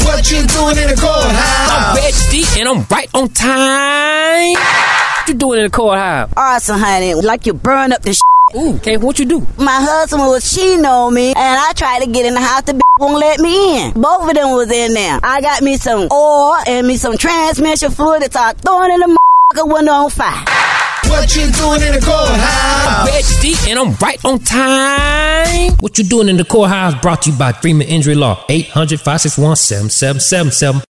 what you doing in the I'm courthouse? Reg D and I'm right on time. What you doing in the courthouse? Arson, honey, like you burn up the sh- Ooh, Kay, what you do? My husband was cheating on me, and I tried to get in the house. The b- won't let me in. Both of them was in there. I got me some oil and me some transmission fluid. So I throw it in the motherfucker window on fire. What you doing in the I'm courthouse? Reg D and I'm right on time. What you doing in the courthouse brought to you by Freeman Injury Law. 800 561 7777.